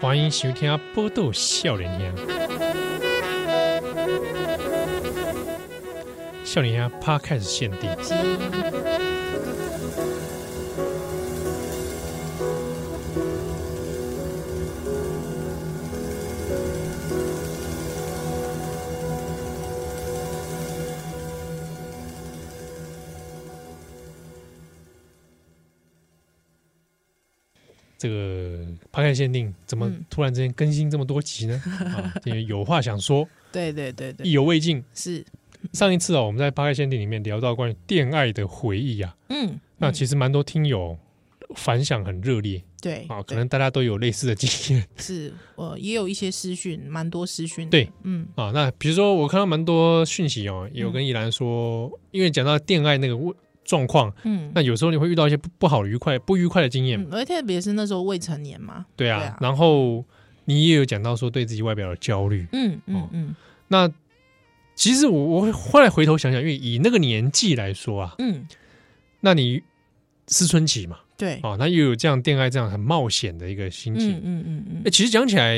欢迎收听《报道少年兄》。少年兄 Podcast 限定，这个 Podcast 限定怎么嗯突然之间更新这么多集呢？啊，因为有话想说，对对对意对，犹未尽。是，上一次啊，我们在 Podcast 限定里面聊到关于恋爱的回忆啊，嗯，那嗯其实蛮多听友反响很热烈对啊，可对能大家都有类似的经验是我也有一些私讯，蛮多私讯的，对，嗯，啊。那比如说我看到蛮多讯息哦，也有嗯跟依兰说，因为讲到恋爱那个问状况，嗯那有时候你会遇到一些不不好的、愉快、不愉快的经验，嗯，而特别是那时候未成年嘛，对啊。对啊然后你也有讲到说对自己外表的焦虑，嗯嗯哦嗯那。其实我我后来回头想想，因为以那个年纪来说啊，嗯，那你思春期嘛，对，啊，那又有这样恋爱这样很冒险的一个心嗯情，嗯嗯嗯欸，其实讲起来，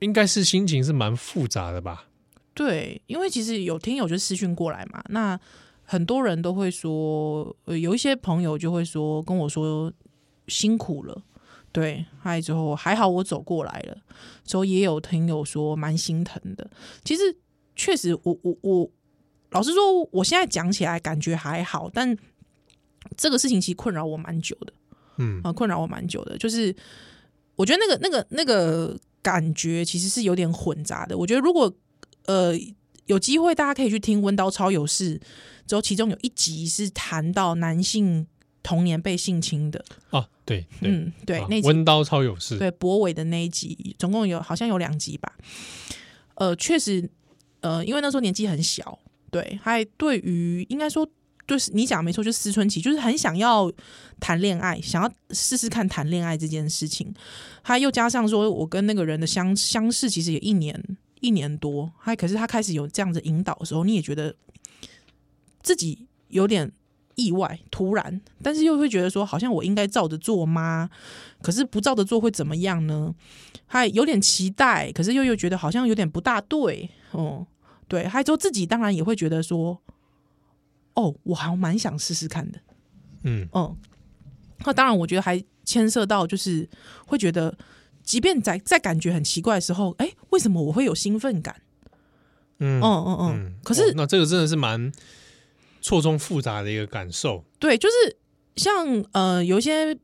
应该是心情是蛮复杂的吧？对，因为其实有听友就私讯过来嘛，那很多人都会说，呃，有一些朋友就会说跟我说辛苦了，对，还有之后还好我走过来了，之后也有听友说蛮心疼的。其实确实我，我我老实说，我现在讲起来感觉还好，但这个事情其实困扰我蛮久的。嗯啊、困扰我蛮久的。就是我觉得那个那个那个感觉其实是有点混杂的。我觉得如果呃有机会，大家可以去听《温刀超有事》，之后其中有一集是谈到男性童年被性侵的。啊，对对、嗯，对，啊那集温刀超有事，对博伟的那一集，总共有好像有两集吧。呃，确实，呃，因为那时候年纪很小，对，还对于应该说。就是你讲没错，就是思春期，就是很想要谈恋爱，想要试试看谈恋爱这件事情。他又加上说，我跟那个人的相相识其实也一年一年多，还可是他开始有这样子引导的时候，你也觉得自己有点意外，突然，但是又会觉得说，好像我应该照着做吗？可是不照着做会怎么样呢？还有点期待，可是又又觉得好像有点不大对，哦、对，还有之后自己当然也会觉得说，哦，我还蛮想试试看的，嗯嗯，那当然，我觉得还牵涉到就是会觉得，即便在在感觉很奇怪的时候，哎、为什么我会有兴奋感？嗯嗯嗯嗯。可是哦那这个真的是蛮错综复杂的一个感受，对，就是像呃，有一些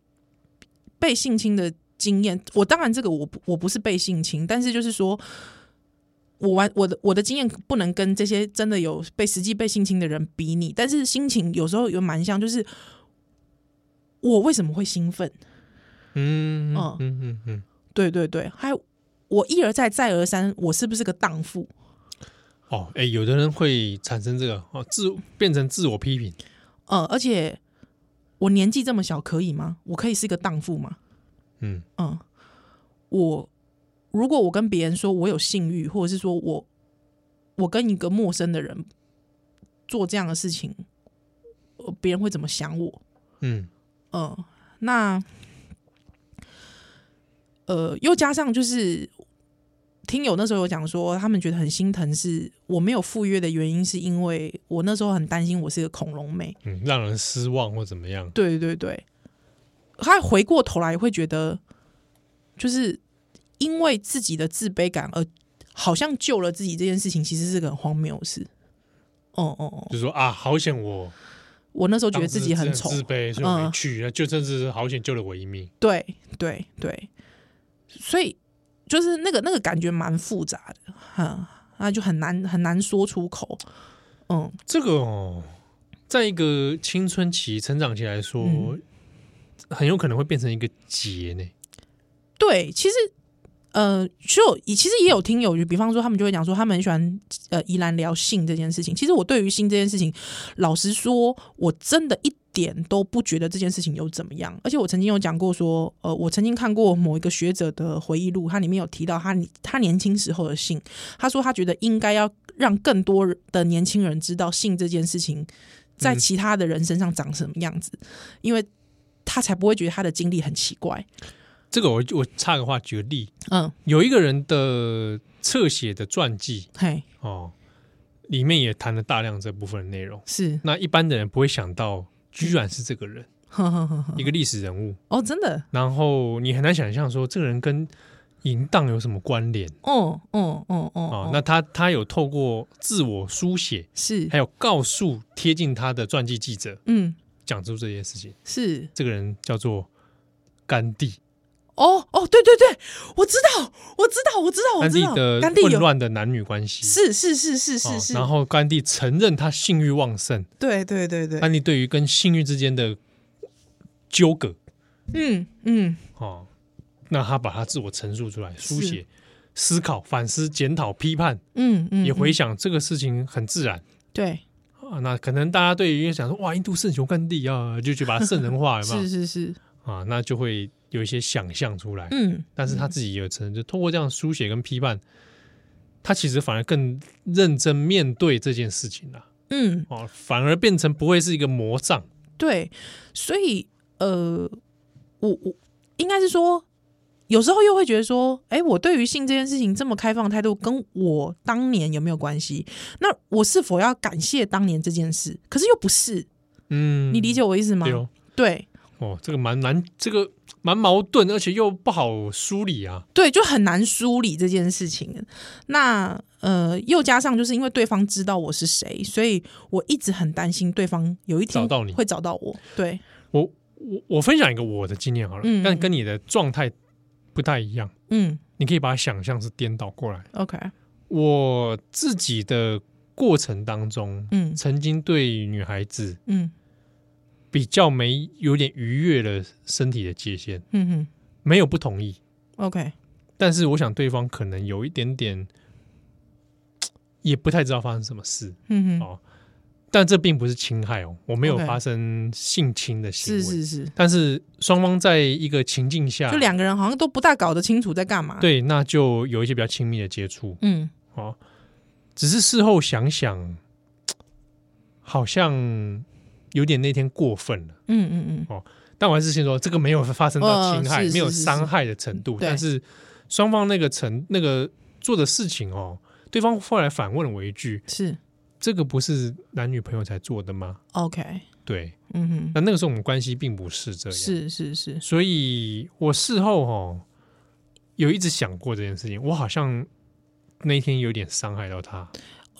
被性侵的经验，我当然这个我不我不是被性侵，但是就是说。我完我的我的经验不能跟这些真的有被实际被性侵的人比拟，但是心情有时候有蛮像，就是我为什么会兴奋？嗯嗯哦嗯嗯嗯，对对对，还有我一而再再而三，我是不是个荡妇？哦，哎、有的人会产生这个哦，自变成自我批评，呃，而且我年纪这么小可以吗？我可以是个荡妇吗？嗯嗯，我如果我跟别人说我有性欲，或者是说我我跟一个陌生的人做这样的事情，呃别人会怎么想我？嗯嗯，那呃，又加上就是听友那时候有讲说，他们觉得很心疼，是我没有赴约的原因，是因为我那时候很担心我是个恐龙妹。嗯，让人失望或怎么样，对对对，他回过头来会觉得，就是因为自己的自卑感而好像救了自己这件事情，其实是个很荒谬的事。哦哦哦，就说啊，好险我我那时候我觉得自己很丑，自卑，所以我没嗯去，那就真是好险救了我一命，对对对，所以就是那个那个感觉蛮复杂的，哈，那就很难很难说出口。嗯，这个哦，在一个青春期成长期来说，嗯很有可能会变成一个结呢。对，其实呃，就其实也有听友，就比方说他们就会讲说，他们很喜欢呃宜兰聊性这件事情。其实我对于性这件事情，老实说，我真的一点都不觉得这件事情有怎么样。而且我曾经有讲过说，呃，我曾经看过某一个学者的回忆录，他里面有提到他他年轻时候的性，他说他觉得应该要让更多的年轻人知道性这件事情。在嗯其他的人身上长什么样子，因为他才不会觉得他的经历很奇怪。这个我我插个话，举个例，嗯，有一个人的侧写的传记嘿，哦，里面也谈了大量这部分的内容。是，那一般的人不会想到，居然是这个人，呵呵呵呵一个历史人物。哦，真的，然后你很难想象说，这个人跟淫荡有什么关联哦哦哦哦，啊、哦那他他有透过自我书写，是，还有告诉贴近他的传记记者，嗯，讲出这件事情。是，这个人叫做甘地，哦哦，对对对，我知道，我知道，我知哦道，我甘知地道，的甘地混有，乱的男女关系。是是是是是是哦，然后甘地承认他性欲旺盛，对对对对，甘地对于跟性欲之间的纠葛嗯嗯，哦，那他把他自我陈述出来，是书写、思考、反思、检讨、批判，嗯嗯，也回嗯想这个事情很自然。对，啊，那可能大家对于想说哇，印度圣雄甘地啊，就去把他圣人化，有没 是有是是，啊？那就会有一些想象出来。嗯，但是他自己也有承认，就通过这样书写跟批判，他其实反而更认真面对这件事情了、嗯，哦，反而变成不会是一个魔障。对，所以呃，我我应该是说，有时候又会觉得说，哎，我对于性这件事情这么开放的态度，跟我当年有没有关系？那我是否要感谢当年这件事？可是又不是，嗯，你理解我意思吗？对哦，对哦，这个蛮难，这个蛮矛盾，而且又不好梳理啊。对，就很难梳理这件事情。那呃，又加上就是因为对方知道我是谁，所以我一直很担心对方有一天找到你会找到我。对，我我我分享一个我的经验好了，嗯但跟你的状态不太一样，嗯你可以把它想象是颠倒过来。 ，OK，我自己的过程当中，嗯曾经对女孩子嗯比较没有点逾越了身体的界限，嗯嗯没有不同意， ，OK，但是我想对方可能有一点点也不太知道发生什么事，嗯哼，哦，但这并不是侵害哦，我没有 OK 发生性侵的行为是是是。但是双方在一个情境下，就两个人好像都不大搞得清楚在干嘛。，对，那就有一些比较亲密的接触嗯，哦。只是事后想想，好像有点那天过分了。嗯嗯但我还是先说，这个没有发生到侵害，呃是是没有是是伤害的程度，对但是双方那个程那个做的事情哦，对方后来反问了我一句嗯，是：“这个不是男女朋友才做的吗 OK，？” 对，嗯那那个时候我们关系并不是这哼，样，是是是，所以我事后哦有一直想过这件事情，我好像那天有点伤害到他，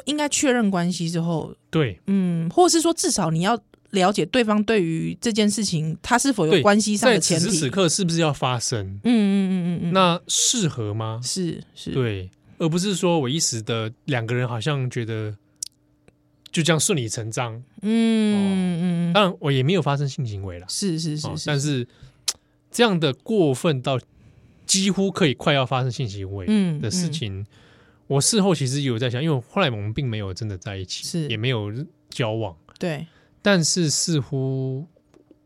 应该确认关系之后，对嗯，或是说至少你要了解对方对于这件事情他是否对有关系上在的此前时提。此刻是不是要发生？嗯嗯嗯嗯嗯，那适合吗？是是，对，而不是说我一时的两个人好像觉得就这样顺理成章。嗯嗯嗯嗯，哦当然，我也没有发生性行为啦，是是哦是是，但是嘖这样的过分到几乎可以快要发生性行为，嗯的事，情，我事后其实有在想，因为后来我们并没有真的在一起，是也没有交往，嗯对，但是似乎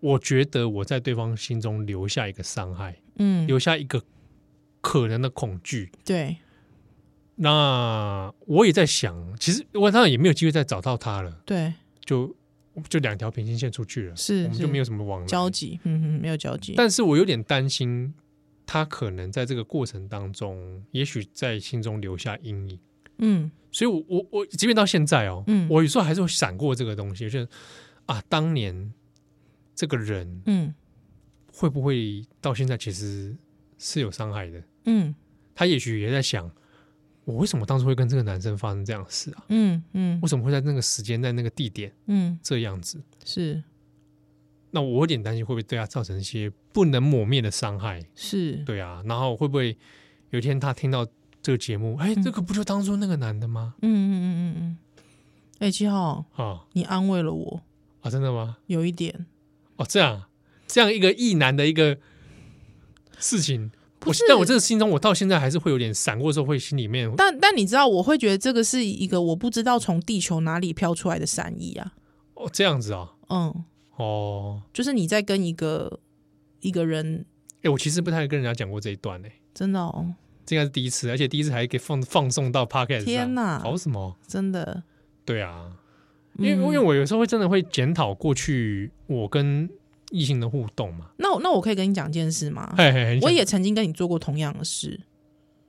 我觉得我在对方心中留下一个伤害，嗯，留下一个可能的恐惧。对，那我也在想，其实我当然也没有机会再找到他了，对，就就两条平行线出去了，是我们是就没有什么往来交。集，嗯嗯，没有交集，但是我有点担心，他可能在这个过程当中，也许在心中留下阴影。嗯所以我，我我即便到现在哦，嗯我有时候还是会闪过这个东西，就是啊，当年这个人嗯会不会到现在其实是有伤害的？嗯他也许也在想，我为什么当初会跟这个男生发生这样的事啊？嗯嗯为什么会在那个时间、在那个地点嗯，这样子？是那我有点担心会不会对他造成一些不能抹灭的伤害？是，对啊，然后会不会有一天他听到这个节目，哎，这个不就当初那个男的吗？嗯嗯嗯嗯嗯。哎、七号，啊你安慰了我，啊，真的吗？有一点哦，这样啊这样一个意男的一个事情，不我是，但我这个心中，我到现在还是会有点闪过，时候会心里面但但你知道，我会觉得这个是一个我不知道从地球哪里飘出来的善意啊。哦这样子啊，嗯，哦，就是你在跟一个一个人，哎、我其实不太跟人家讲过这一段呢、真的哦，这应该是第一次，而且第一次还给放放送到 podcast 上，天哪搞什么？真的，嗯对啊，因为、因为我有时候会真的会检讨过去我跟异性的互动嘛。那我那我可以跟你讲一件事吗？嘿嘿嘿，哎你哦我想也曾经跟你做过同样的事，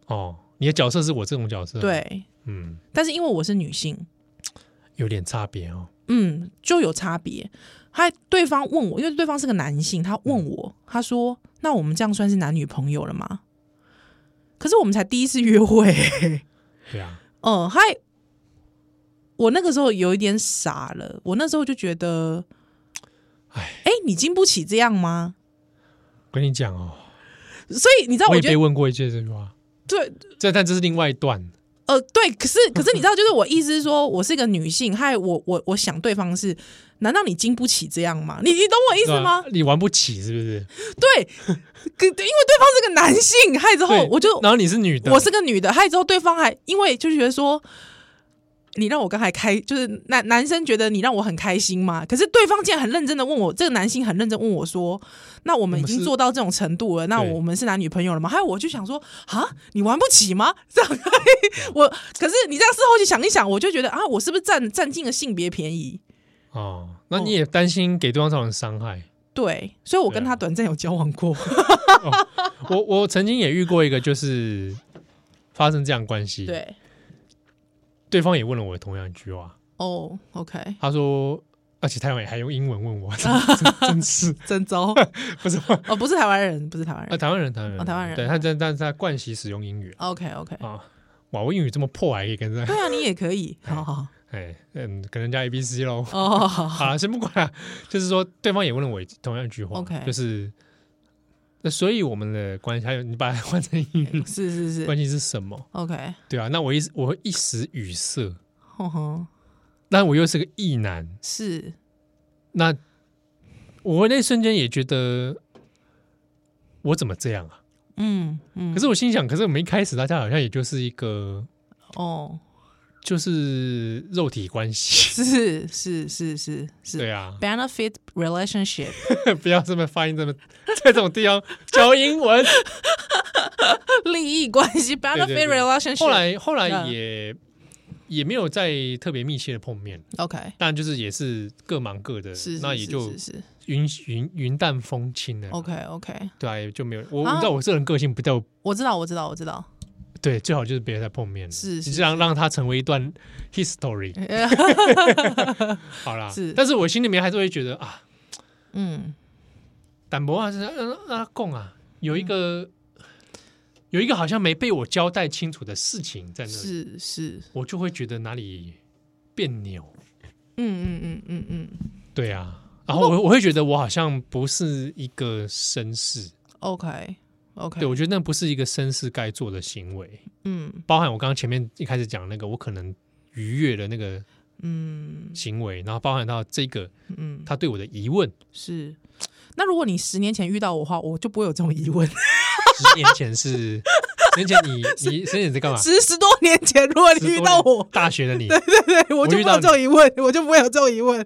哦，你的角色是我这种角色，，对，嗯，但是因为我是女性，有点差别哦。嗯，就有差别。他对方问我，因为对方是个男性，他问我，他说：“那我们这样算是男女朋友了吗？”可是我们才第一次约 会、对啊，嗯，还我那个时候有一点傻了，我那时候就觉得，唉哎，你经不起这样吗？我跟你讲哦，所以你知道，我我也觉被得问过一句这句话，对，这但这是另外一段，呃，对，可是可是你知道，就是我意思是说，我是一个女性，还我我我想对方是，难道你经不起这样吗？你你懂我意意思吗？你玩不起是不是？对，可 因为对方是个男性，害之后对我就然后你是女的，我是个女的，害之后对方还因为就觉得说，你让我刚才开，就是男男生觉得你让我很开心嘛，可是对方竟然很认真的问我，这个男性很认真问我说，那我们已我们经是做到这种程度了，那对我们是男女朋友了吗？还有我就想说，啊，你玩不起吗？这样，哎我可是你这样事后去想一想，我就觉得啊，我是不是占占尽了性别便宜？哦，那你也担心给对方造成伤害。对，所以我跟对啊他短暂有交往过，我我曾经也遇过一个，就是发生这样的关系，，对，对方也问了我同样一句话，哦，OK，他说，而且他也还用英文问我，真 真是真招不是 哦，不是台湾人，不是台湾啊，人台湾人，台湾哦人，台湾人对他但但是他惯习使用英语，OK OK，啊，哇，我英语这么破还可以跟上，对啊，你也可以，好好 哎，嗯，跟人家 A B C 喽。哦，好好了，先不管了，就是说对方也问了我同样一句话 OK 就是是那所以我们的关系，还有你把它换成英语，是是是关系是什么？ ，OK，对啊，那我一时我会一时语塞，哼哼，但我又是个异男，是那我那瞬间也觉得我怎么这样啊？嗯嗯，可是我心想，可是我们一开始大家好像也就是一个哦，就是肉体关系，是是是是 是对啊， ，benefit relationship 不要这么发音这么 在这种地方教英 文。利益关系，benefit 对对 relationship，后来后来嗯也、也没有再特别密切的碰面， OK，但就是也是各忙各的，是那也就是是云云云淡风轻的。 OK OK，对啊，也就没有我、啊你知道我这人个性不叫我知道我知道我知道， 对，最好就是别再碰面了，是你是这样让它成为一段 history 好啦。是但是我心里面还是会觉得啊， 嗯淡薄啊是让让他供啊，有一个、嗯有一个好像没被我交代清楚的事情在那里，是是，我就会觉得哪里别扭。嗯嗯嗯嗯嗯对啊，然后我我会觉得我好像不是一个绅士， ，OK 对 OK，我觉得那不是一个绅士该做的行为，嗯包含我刚刚前面一开始讲那个，我可能逾越了那个嗯行为，然后包含到这个嗯他对我的疑问，是。那如果你十年前遇到我的话，我就不会有这种疑问。啊十年前 是十年前你你十年前在干嘛？十十多年前，如果你遇到我，大学的你，对我就遇不到会有这种疑问，我就不会有这种疑问。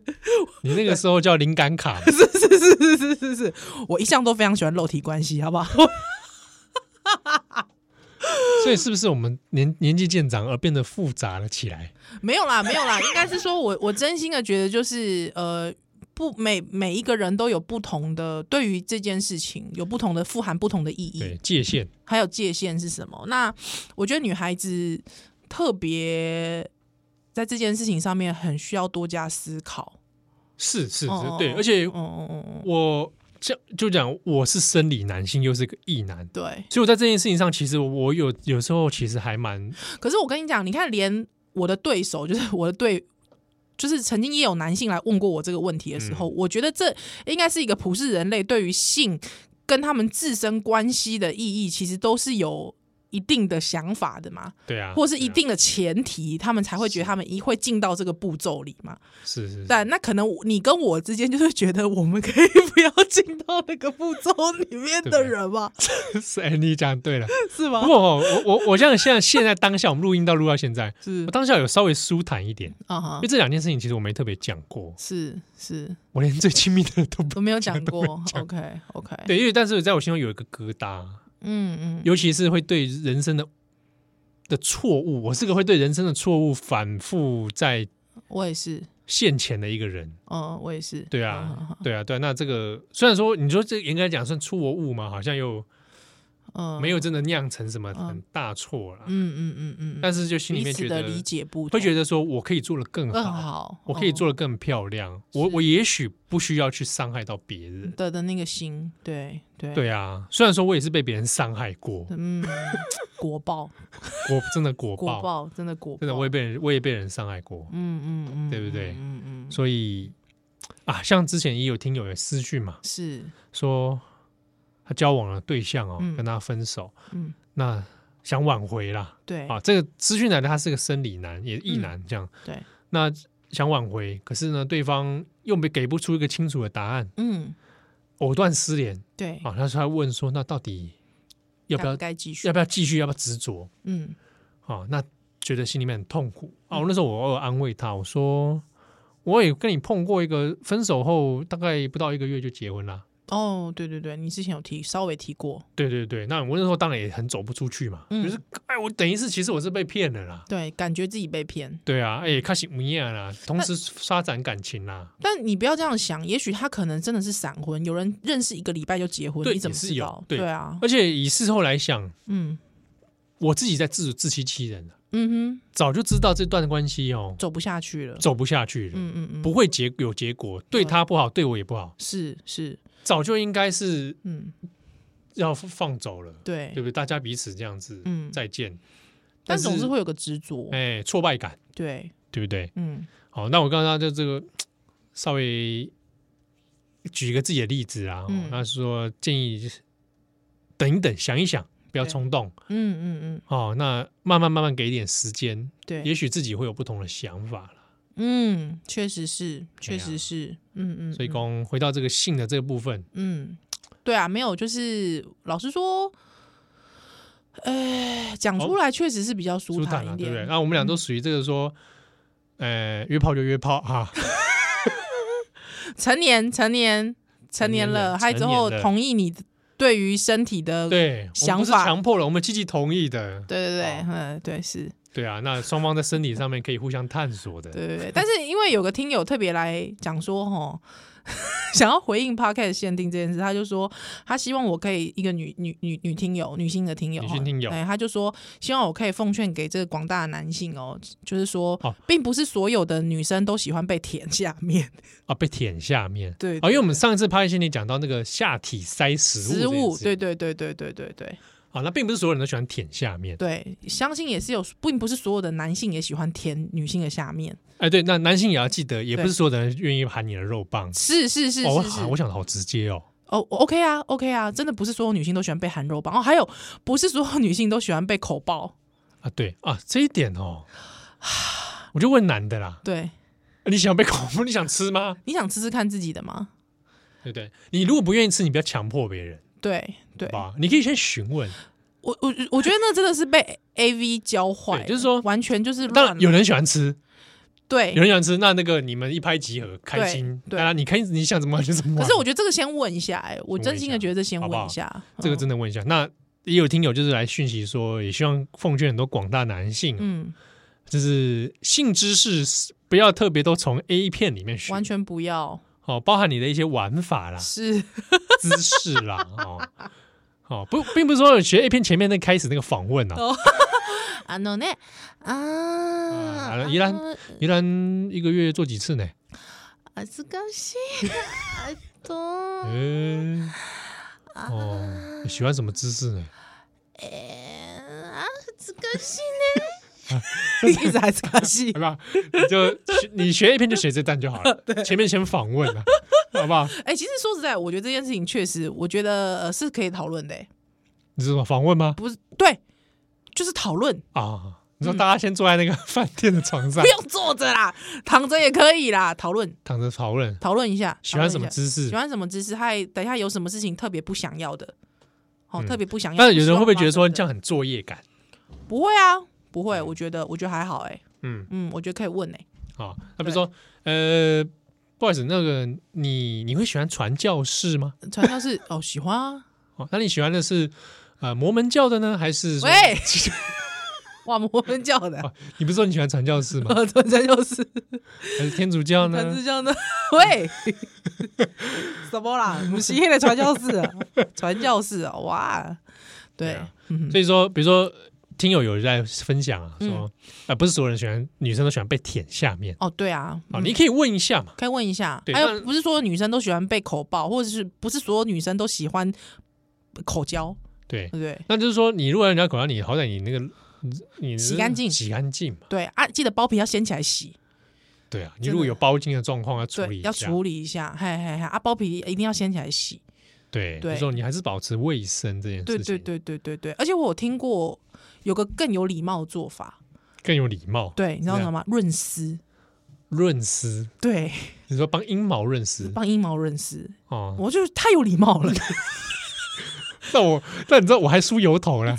你那个时候叫灵感卡，是是是是是是是，我一向都非常喜欢肉体关系，好不 好？ 所以是不是我们年年纪渐长而变得复杂了起来？没有啦，没有啦，应该是说我我真心的觉得就是呃。不，每每一个人都有不同的对于这件事情有不同的富含不同的意义。对，界限还有界限是什么？那我觉得女孩子特别在这件事情上面很需要多加思考。是是是哦，对，而且嗯嗯嗯嗯，我这就讲我是生理男性，又是个异男，对。所以我在这件事情上，其实我有有时候其实还蛮可是我跟你讲，你看，连我的对手， 就是我的对，就是曾经也有男性来问过我这个问题的时嗯候，我觉得这应该是一个普世人类对于性跟他们自身关系的意义，其实都是有。一定的想法的嘛，对啊，或是一对定的前提，他们才会觉得他们一会进到这个步骤里嘛。啊是是是但那可能我你跟我之间就是觉得我们可以不要进到那个步骤里面的人嘛， 是，哎，你讲对了。是不吗？过哦我我我这样现在现在当下，我们录音到录到现在，是我当下有稍微舒坦一点，啊哈因为，这两件事情其实我没特别讲过，是是，我连最亲密的人都不 我没有讲 过。OK OK，对，因为但是在我心中有一个疙瘩，嗯嗯，尤其是会对人生的的错误，我是个会对人生的错误反复在我也是，现钱的一个人。嗯，我也是。对嗯啊嗯，对啊，对啊。那这个虽然说你说这严格来讲算出我误嘛，好像又嗯，没有真的酿成什么很嗯大错啦。嗯嗯嗯嗯嗯，但是就心里彼面此觉的得理解不会觉得得说我可以做的更更好，好，我可以嗯做的更漂亮，我我也许不需要去伤害到别人。的的那个心，对对，对啊，虽然说我也是被别人伤害过，嗯， 国报我真 的 果国报，报真的国报，真的我也被人我也被人伤害过，嗯嗯嗯，对不对嗯嗯，嗯所以啊，像之前也有听友的私讯嘛，是，说他交往了对象哦，嗯跟他分手，嗯，那想挽回啦。对嗯啊，这个资讯来的他是个生理男，也异男这样。对，那想挽回，可是呢，对方又没给不出一个清楚的答案，嗯藕断丝连对，啊。他说他问说，那到底要不该要该继续要？不要继续，要不要执着嗯啊？那觉得心里面很痛苦啊。我那时候我偶尔安慰他，我说我也跟你碰过一个分手后大概不到一个月就结婚啦。哦，对对对，你之前有提稍微提过，对对对，那我那时候当然也很走不出去嘛，嗯就是哎，我等于是其实我是被骗了啦。对，感觉自己被骗，对啊，哎、开始不一样啦，同时发展感情啦，但你不要这样想，也许他可能真的是闪婚，有人认识一个礼拜就结婚，对你怎么也是知有道？对对啊，而且以事后来想，嗯我自己在自自欺欺人了，嗯早就知道这段关系哦哼，走不下去了，走不下去了，嗯嗯嗯，不会结有结果，对他不好，对我也不好，是是，早就应该是嗯要放走了，对对不，对？大家彼此这样子，嗯再见，但但总是是会有个执着，哎、挫败感，对，对不对？嗯好，那我刚刚就这个稍微举一个自己的例子啊，哦嗯那、是说建议等一等，想一想，不要对冲动嗯嗯嗯，哦。那慢慢慢慢给一点时间，对，也许自己会有不同的想法了。嗯，确实是，确对啊实是，嗯嗯，所以嗯刚回到这个性的这个部分，嗯，对啊，没有，就是老实说，哎，讲好出来确实是比较舒哦舒坦坦了、一对点，嗯不对？那我们俩都属于这个说，呃，约炮就约炮 哈、啊，成年，成年，成年年了了，还成之年后了同意你对于身体的，对对，我们想不是法强迫了，我们积极同意的，对对好，嗯，对是，对啊。那双方在身体上面可以互相探索的，对对对。但是因为有个听友特别来讲说，吼， 想要回应 podcast 限定这件事，他就说他希望我可以一个女女女女听友，女性的听友，女性听友哎，他就说希望我可以奉劝给这个广大的男性哦，就是说好，并不是所有的女生都喜欢被舔下面，啊，被舔下面，对啊，因为我们上一次拍戏里讲到那个下体塞食物，食物，对，对对对对对对啊，那并不是所有人都喜欢舔下面，对，相信也是有，并不是所有的男性也喜欢舔女性的下面，哎，对，那男性也要记得，也不是所有的人愿意含你的肉棒。是是是哦，我是是好，我想的好直接哦，哦、o k 啊，OK 啊，真的不是所有女性都喜欢被含肉棒哦，还有不是所有女性都喜欢被口爆，啊，对啊，这一点 哦，啊我就问男的啦，对，你想被恐怖，你想吃吗？你想吃吃看自己的吗？对不对？你如果不愿意吃，你不要强迫别人，对对好，吧？你可以先询问，我我我觉得那真的是被 A V 教坏了，对就是说完全就是当乱然有人喜欢吃，对有人喜欢吃，那那个你们一拍即合，开心，对对啊，你开你想怎么玩就怎么可玩。是我觉得这个先问一下、哎，我真心的觉得先好不好问一下，嗯这个真的，的问一下，那也有听友就是来讯息说，也希望奉劝很多广大男性，嗯，就是性知识不要特别都从 A 片里面学，完全不要，哦，包含你的一些玩法 啦、是，姿势啦，哦。哦，不，并不是说学 A 片前面那开始那个访问哦啊， 啊 no 呢啊好啊了，依然依然一个月做几次呢？啊，这个是啊啊都嗯、哦，你喜欢什么姿势 呢？哎啊，这个是 呢，一直还是个戏好，吧，你就你学 A 片就学这段就好了，前面先访问啊，好不好？ 哎、其实说实在，我觉得这件事情确实，我觉得、呃、是可以讨论的、哎你是什么访问吗？不是对，就是讨论，啊，你说嗯大家先坐在那个 饭店的床上不，用坐着啦，躺着也可以啦，讨论躺着讨论讨论一下，喜欢什么讨论一下姿势喜，欢什么姿势，还等一下有什么事情特别不想要的，哦，嗯特别不想要。但有人会不会觉得希望说发生的这样很作业感？不会啊？不会，我觉得我觉得还好、哎，嗯，嗯，我觉得可以问哎、啊，那比如说，呃，不好意思，那个你你会喜欢传教士吗？传教士哦，喜欢啊， 哦，那你喜欢的是呃摩门教的呢，还是说喂， 哇，摩门教的，你不是说你喜欢传教士 吗？呃，对，这就是 还是天主教他呢是？这样的。 喂，什么啦？我们西黑的传教 士啊，传教士啊，哇，对对啊，嗯所以说，比如说听友有在分享啊，说啊、不是所有人喜欢女生都喜欢被舔下面哦，对啊，啊，嗯你可以问一下嘛，可以问一下，对还但有不是说女生都喜欢被口爆，或者是不是所有女生都喜欢口交，对对，不对？那就是说你如果人家口罩你，好歹你那个你洗干净洗干净嘛，对啊，记得包皮要掀起来洗，对啊，你真的如果有包茎的状况要处理对，一要下，处理一下，嘿嘿嘿，啊，包皮一定要掀起来洗，对，就对是说你还是保持卫生这件事对情，对对对对对，而且我有听过有个更有礼貌的做法，更有礼貌，对，你知道这什样么吗？润丝，润丝，对，你说帮阴毛润丝帮阴毛润丝，哦，我就是太有礼貌了，那我那你知道我还梳油头 呢，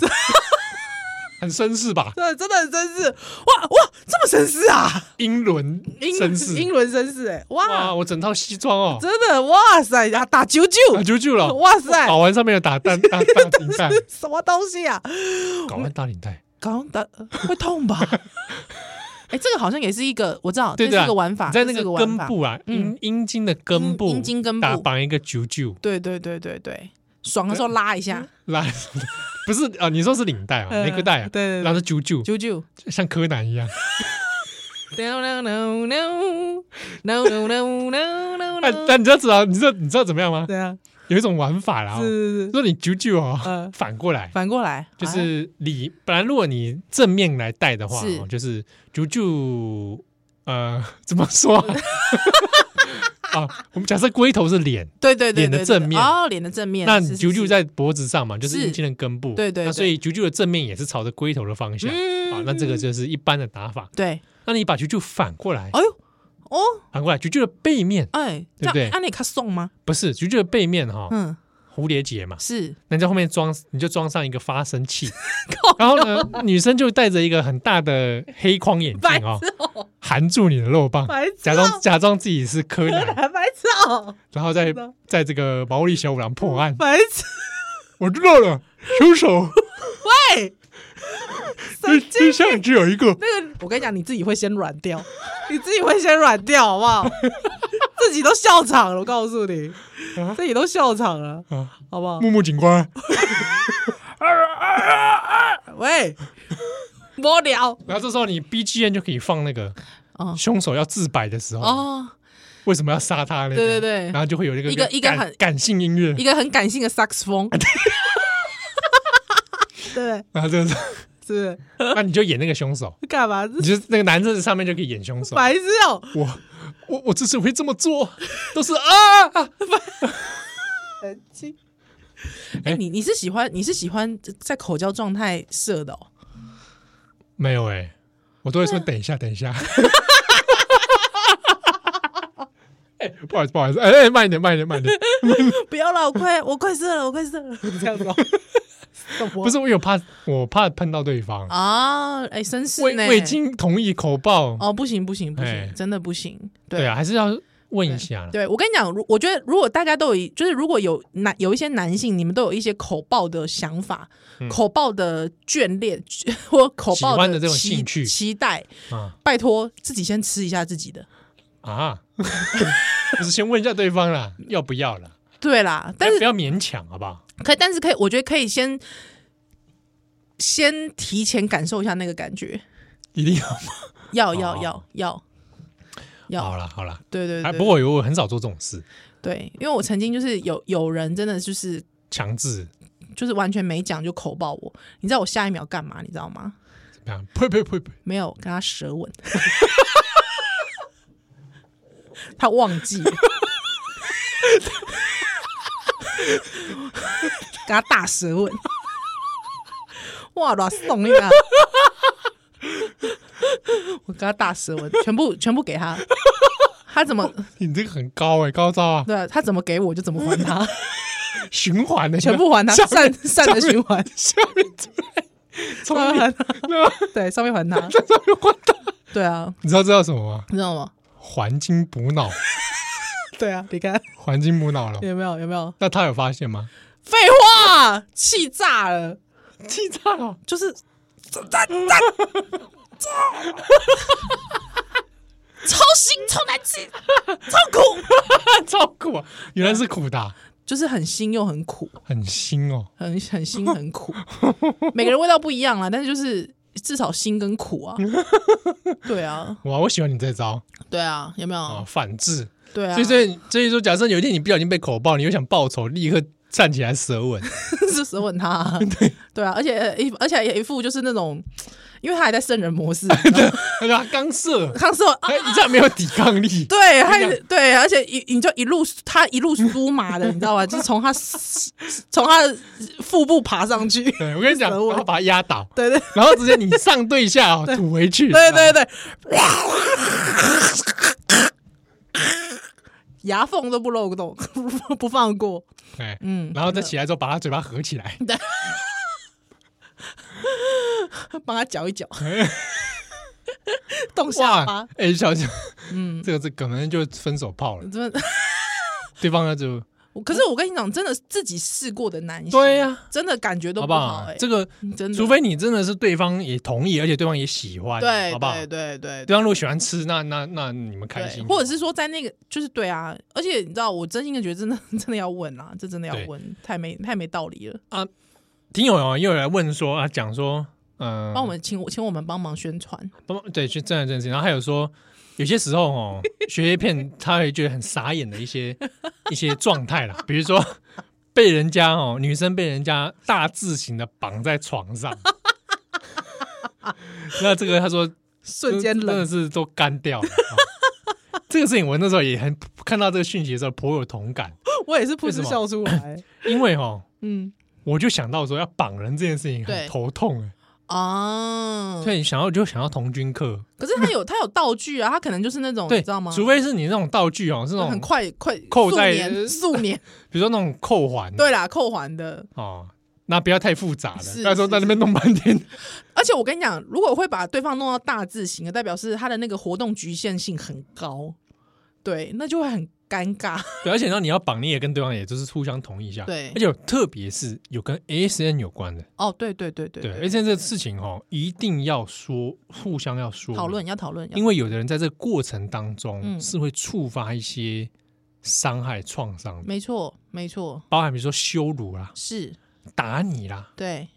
很绅士吧？对，真的很绅士，哇哇，这么绅士啊，英伦英绅士英。伦绅士、哎，哇！哇，我整套西装哦，真的，哇塞，打打九九，打啾啾了，哇塞搞完上面有打 蛋大大领带，什么东西啊？搞完大领带，搞打会痛吧？哎、这个好像也是一个，我知道，对这对啊是一个玩法，你在这那是个个玩根法。部啊，嗯阴阴茎的根部，阴阴茎根部打绑一个啾啾，对对对对对，爽的时候拉一下，拉 不是啊？你说是领带啊，嗯玫瑰带啊，对对对然后是啾啾，啾啾。像柯南一样， No no no no no no no no no 哎 no，，但你知道知道，你知道你知道怎么样吗？ 对啊，有一种玩法啦，哦是是是，说你啾啾哦嗯，反过来。反过来就哎是你本来如果你正面来带的话，是哦就是啾啾，呃，怎么说啊？ 啊我们假设龟头是脸，哎对对对脸的对对正面哦，脸的正面，那是啾啾，是在脖子上嘛，就是是阴茎的根部，对对那对所以啾啾的正面也是朝着龟头的方是向嗯啊。那这个就是一般的打法。对，那你把啾啾反过来，哎呦哦，反过来，啾啾的背面哎，这对不对样按你卡送吗？不是啾啾的背面哈，嗯，蝴蝶结嘛，是那你在后面装，你就装上一个发声 器，然后呢，女生就戴着一个很大的黑框眼镜白痴哦，哦，含住你的肉棒，白痴假哦装，假装自己是柯南，白痴哦，然后再的在这个毛利小五郎破案。 白痴。我知道了，凶手喂， 对神经！对象只有一 个。那个，我跟你讲，你自己会先软掉， 你自己会先软掉，好不好？ 自己都笑场了，我告诉你，啊自己都笑场了，啊，好不好？木木警官， 啊喂， 无聊然后这时候你 B G M 就可以放那个哦凶手要自白的时候，哦，为什么要杀他呢？对对对然后就会有那个一个一个感很感性音乐 一，个很感性的萨克 斯风，对，然后就是，是啊那你就演那个凶 手，干嘛？这你就是那个男生上面就可以演 凶手。白痴哦！我我我之所以会这么做，都是啊，神经。哎哎，你你是喜欢你是喜欢在口交状态射的哦？没有哎、我都会 说等一下，等一下。 哎、不好意思，不好意思，哎、哎慢一点，慢一点，慢一点。 不要啦，我快 我快射了，我快射了，这样子 哦。不是，我有怕，我怕碰到对方。啊，哎，绅士未呢？未经同意口爆，哦，不行不行不哎行，真的不行。对对啊，还是要问一下啦。对，我跟你讲，如我觉得如果大家都有，就是如果有男有一些男性，你们都有一些口爆的想法、口爆的眷恋或口嗯喜爆欢的这种期兴趣期待，啊拜托自己先吃一下自己的。啊， 就是先问一下对方啦，要不要啦？对啦，但是不要勉强，好不 好？可但是可以，我觉得可以先先提前感受一下那个感觉，一定要。要哦要要要要，好啦，好啦。对对哎，对，不过我我很少做这种事，对，因为我曾经就是有有人真的就是强制就是完全没讲就口爆我，你知道我下一秒干嘛？你知道吗？怎么样？呸呸呸呸！没有跟他舌吻， 他忘记了，跟他大舌吻，哇，乱送一下，我跟他大舌吻，全部全部给他，他怎么你这个很高哎、高招啊！对啊、他怎么给我就怎么还 他，循环的，全部还他，下善善的循环，下面出来，从上面你还他，那 对，啊上面还他，上面换到，对啊，你知道这叫什么吗？你知道吗？环境补脑，对啊，你看环境补脑了。有没有有没有？那他有发现吗？废话，气炸了。气炸了！就是超腥、超难吃、超苦，超苦啊！原来是苦的啊、就是很腥又很苦，很腥哦。很很腥很苦。每个人味道不一样啦，但是就是至少腥跟苦啊。对啊，哇，我喜欢你这招对啊，有没有？啊，反制。对啊，所以，所以，所以说，假设有一天你不小心被口爆，你又想报仇，立刻站起来舌 吻，是舌吻他、啊，对啊，而且呃一而且一副就是那种，因为他还在圣人模式，你知道吗他说他刚射，康师傅啊，哎，你这样没有抵抗力，对，还对，而且一你就一路他一路酥麻的， 你知道吧？就是从他从他的腹部爬上去，对我跟你讲，舌吻然后把他压倒， 对对然后直接你上对下哦吐回去，啊 对对对， 牙缝都不漏洞， 不放过，哎，嗯，然后再起来之后把他嘴巴合起 来，帮他搅一 搅，动下 哇巴，，哎，小心，嗯，这个这可能就分手炮了，真的。对方呢就我可是我跟你讲，真的自己试过的男性，对呀，真的感觉都好不不好哎、？这个嗯真的，除非你真的是对方也同意，而且对方也喜欢，对，好不好？对对对对方如果喜欢吃，那那那你们开对，心，或者是说在那个就是对啊，而且你知道，我真心的觉得真的 真的要问啊，这真的要问，太没太没道理嗯了。听友哦又有来问说啊，讲说，嗯、帮我们请请我们帮忙宣 传，帮对去真的真的，然后还有说，有些时候哦，学业片他会觉得很傻眼的一些一些状态啦，比如说被人家哦，女生被人家大字型的绑在床上，那这个他说 瞬间真的冷，是都干掉了。哦这个事情我那时候也很看到这个讯息的时候颇有同感，我也是噗为什嗤么笑出 来。因为哦，嗯我就想到说要绑人这件事情很对嗯头痛哎。啊，所以想要就想要童军课，可是他有他有道具啊，他可能就是那种对，你知道吗？除非是你那种道具哦，是那很种快快扣素在 年素年，比如说那种扣环，对啦，扣环的。哦，那不要太复杂的，是不要说在那边弄半 天，而且我跟你讲，如果会把对方弄到大字型的，代表是他的那个活动局限性很高，对，那就会很尴尬。对，而且让你要绑，你也跟对方也就是互相同意一下，对而且特别是有跟 ASN 有关的，哦，对对对对对对， ，ASN 这个事情哦，一定要说，互相要说讨论，要讨论，要因为有的人在这个过程当中嗯是会触发一些伤害、创伤的，没错没错，包含比如说羞辱啦、是打你啦、对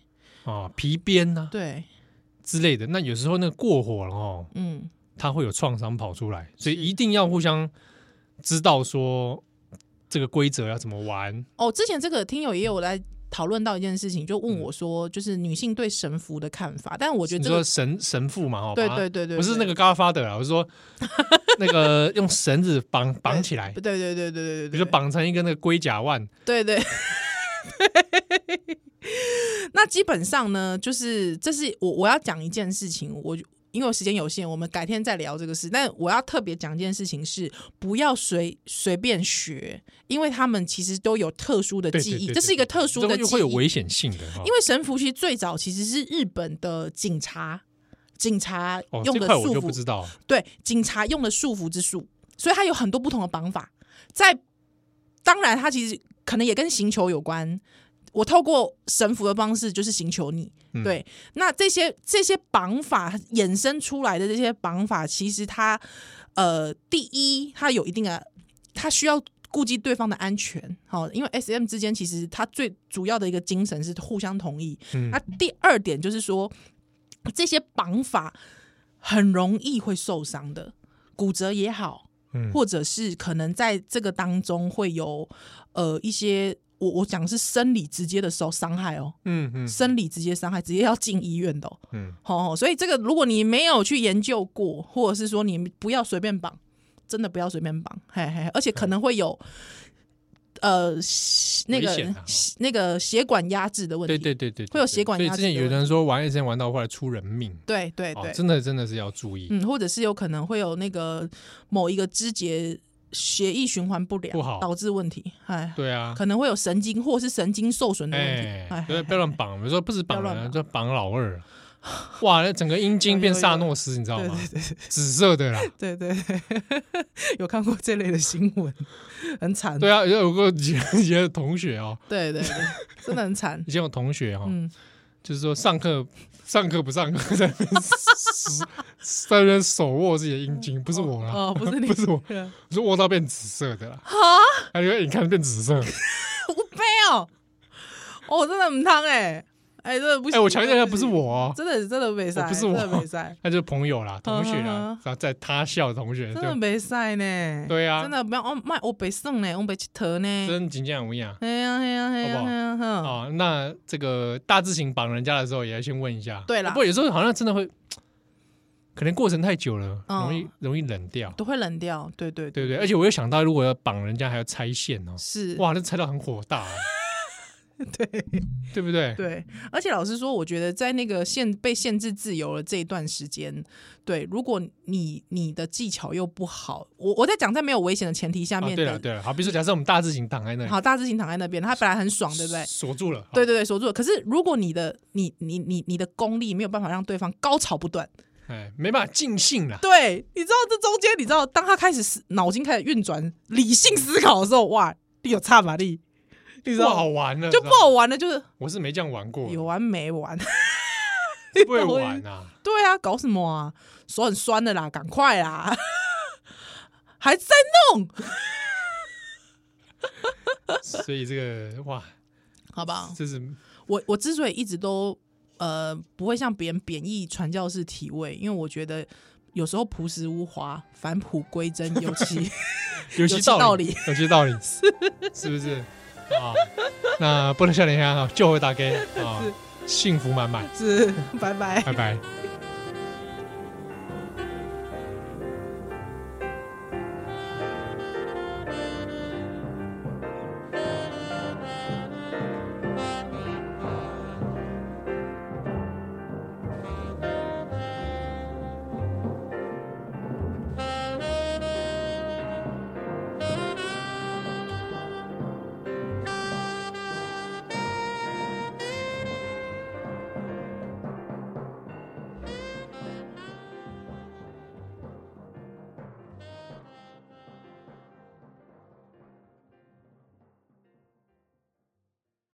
啊皮鞭呐对，之类的，那有时候那个过火了哦，嗯，他会有创伤跑出来，所以一定要互相知道说这个规则要怎么玩。哦，之前这个听友也有来讨论到一件事情，就问我说，就是女性对神符的看法，但我觉你得这说个神神父嘛，哦，对把他对对对，不是那对个 Godfather 啊啦，我是 说那个用绳子绑绑起来，对对对对对对对，比如说绑成一个那个龟甲腕，对对。 那基本上呢，就是这是我我要讲一件事情，我因为我时间有限，我们改天再聊这个事。但我要特别讲一件事情是，不要随随便学，因为他们其实都有特殊的对记对忆，对，这是一个特殊的就记会有忆。危险性的哈。因为神符其实最早其实是日本的警察，警察哦，用这的块我束就缚不知道，对，警察用的束缚之术，所以它有很多不同的绑法。在当然，它其实可能也跟刑求有关。我透过神符的方式，就是刑求你。嗯对，那这些这些绑法衍生出来的这些绑法，其实它呃，第一，它有一定的，它需要顾及对方的安全。好、因为 S M 之间其实它最主要的一个精神是互相同意。嗯那、第二点就是说，这些绑法很容易会受伤的，骨折也好，嗯或者是可能在这个当中会有呃一些。我我讲的是生理直接的受伤害哦，嗯嗯生理直接伤害，直接要进医院的哦。嗯，哦，所以这个如果你没有去研究过，或者是说你不要随便绑，真的不要随便绑，嘿嘿，而且可能会有呃那危个、险啊那个血管压制的问题。对对对对，对会有血管所以压之制前有的的人说玩 S N 玩到后来出人命，对对哦对，真的真的是要注意，嗯，或者是有可能会有那个某一个肢节血液循环不良，不好导致问题，哎，对啊，可能会有神经或是神经受损的问题，哎，对，不要乱绑。我说不是绑不要乱人，啊绑就绑老二了。哇，那整个阴茎变萨诺斯，你知道对吗对？哎对紫色的啦，对对对， 有看过这类的新闻，很惨，对啊啊，有个以前以前的同学哦，对对对，真的很惨 以，前有同学哦，嗯就是说上课上课不上课，在那边 死在那边手握自己的阴茎，不是我啦，哦，不是你，不是 我，对啊是握到变紫色的啦，哈，还有一看变紫色。我背哦，哦，我真的很烫哎，哎，真的不行，哎，我强调一下，真的不是行，我哦，真的真的没赛，我不是我真的没赛，那就是朋友啦，同学啦嗯，然后在他校的同学，真的 对没赛呢，对啊真，的欸不要哦，卖我被送呢，我被去头呢，真真这样一样哎呀哎呀哎呀好不好哎呀，哼啊。那这个大字型绑人家的时候，也要先问一下。对啦不过有时候好像真的会，可能过程太久了，嗯容易容易冷掉，都会冷掉，对对对不对？而且我又想到，如果要绑人家，还要拆线哦，是，哇，那拆到很火大啊， 对。对不对？对，而且老实说，我觉得在那个限被限制自由的这一段时间，对，如果你你的技巧又不好，我我在讲在没有危险的前提下啊，面对的，了对了，好，比如说假设我们大字型挡在那里，好，大致性躺在那边，他本来很爽，对不对？锁住了，对对，对对，锁住了。可是如果你的你你你你的功力没有办法让对方高潮不断，哎，没办法尽兴了，对，你知道这中间，你知道当他开始思脑筋开始运转、理性思考的时候，哇，你有差马力，你知不好道玩了，就知不道吗好玩了，就是我是没这样玩过，有完没完。 不会玩啊，对啊，搞什么啊？手很酸的啦，赶快啦！ 还在弄，所以这个哇，好吧？这是我我之所以一直都呃不会向别人贬义传教士体位，因为我觉得有时候朴实无华，返璞归真，尤 其有有其其道道理理，有其道理，是不是啊？ 那不能笑脸下啊，就会打给啊，幸福满满，是拜拜。拜拜。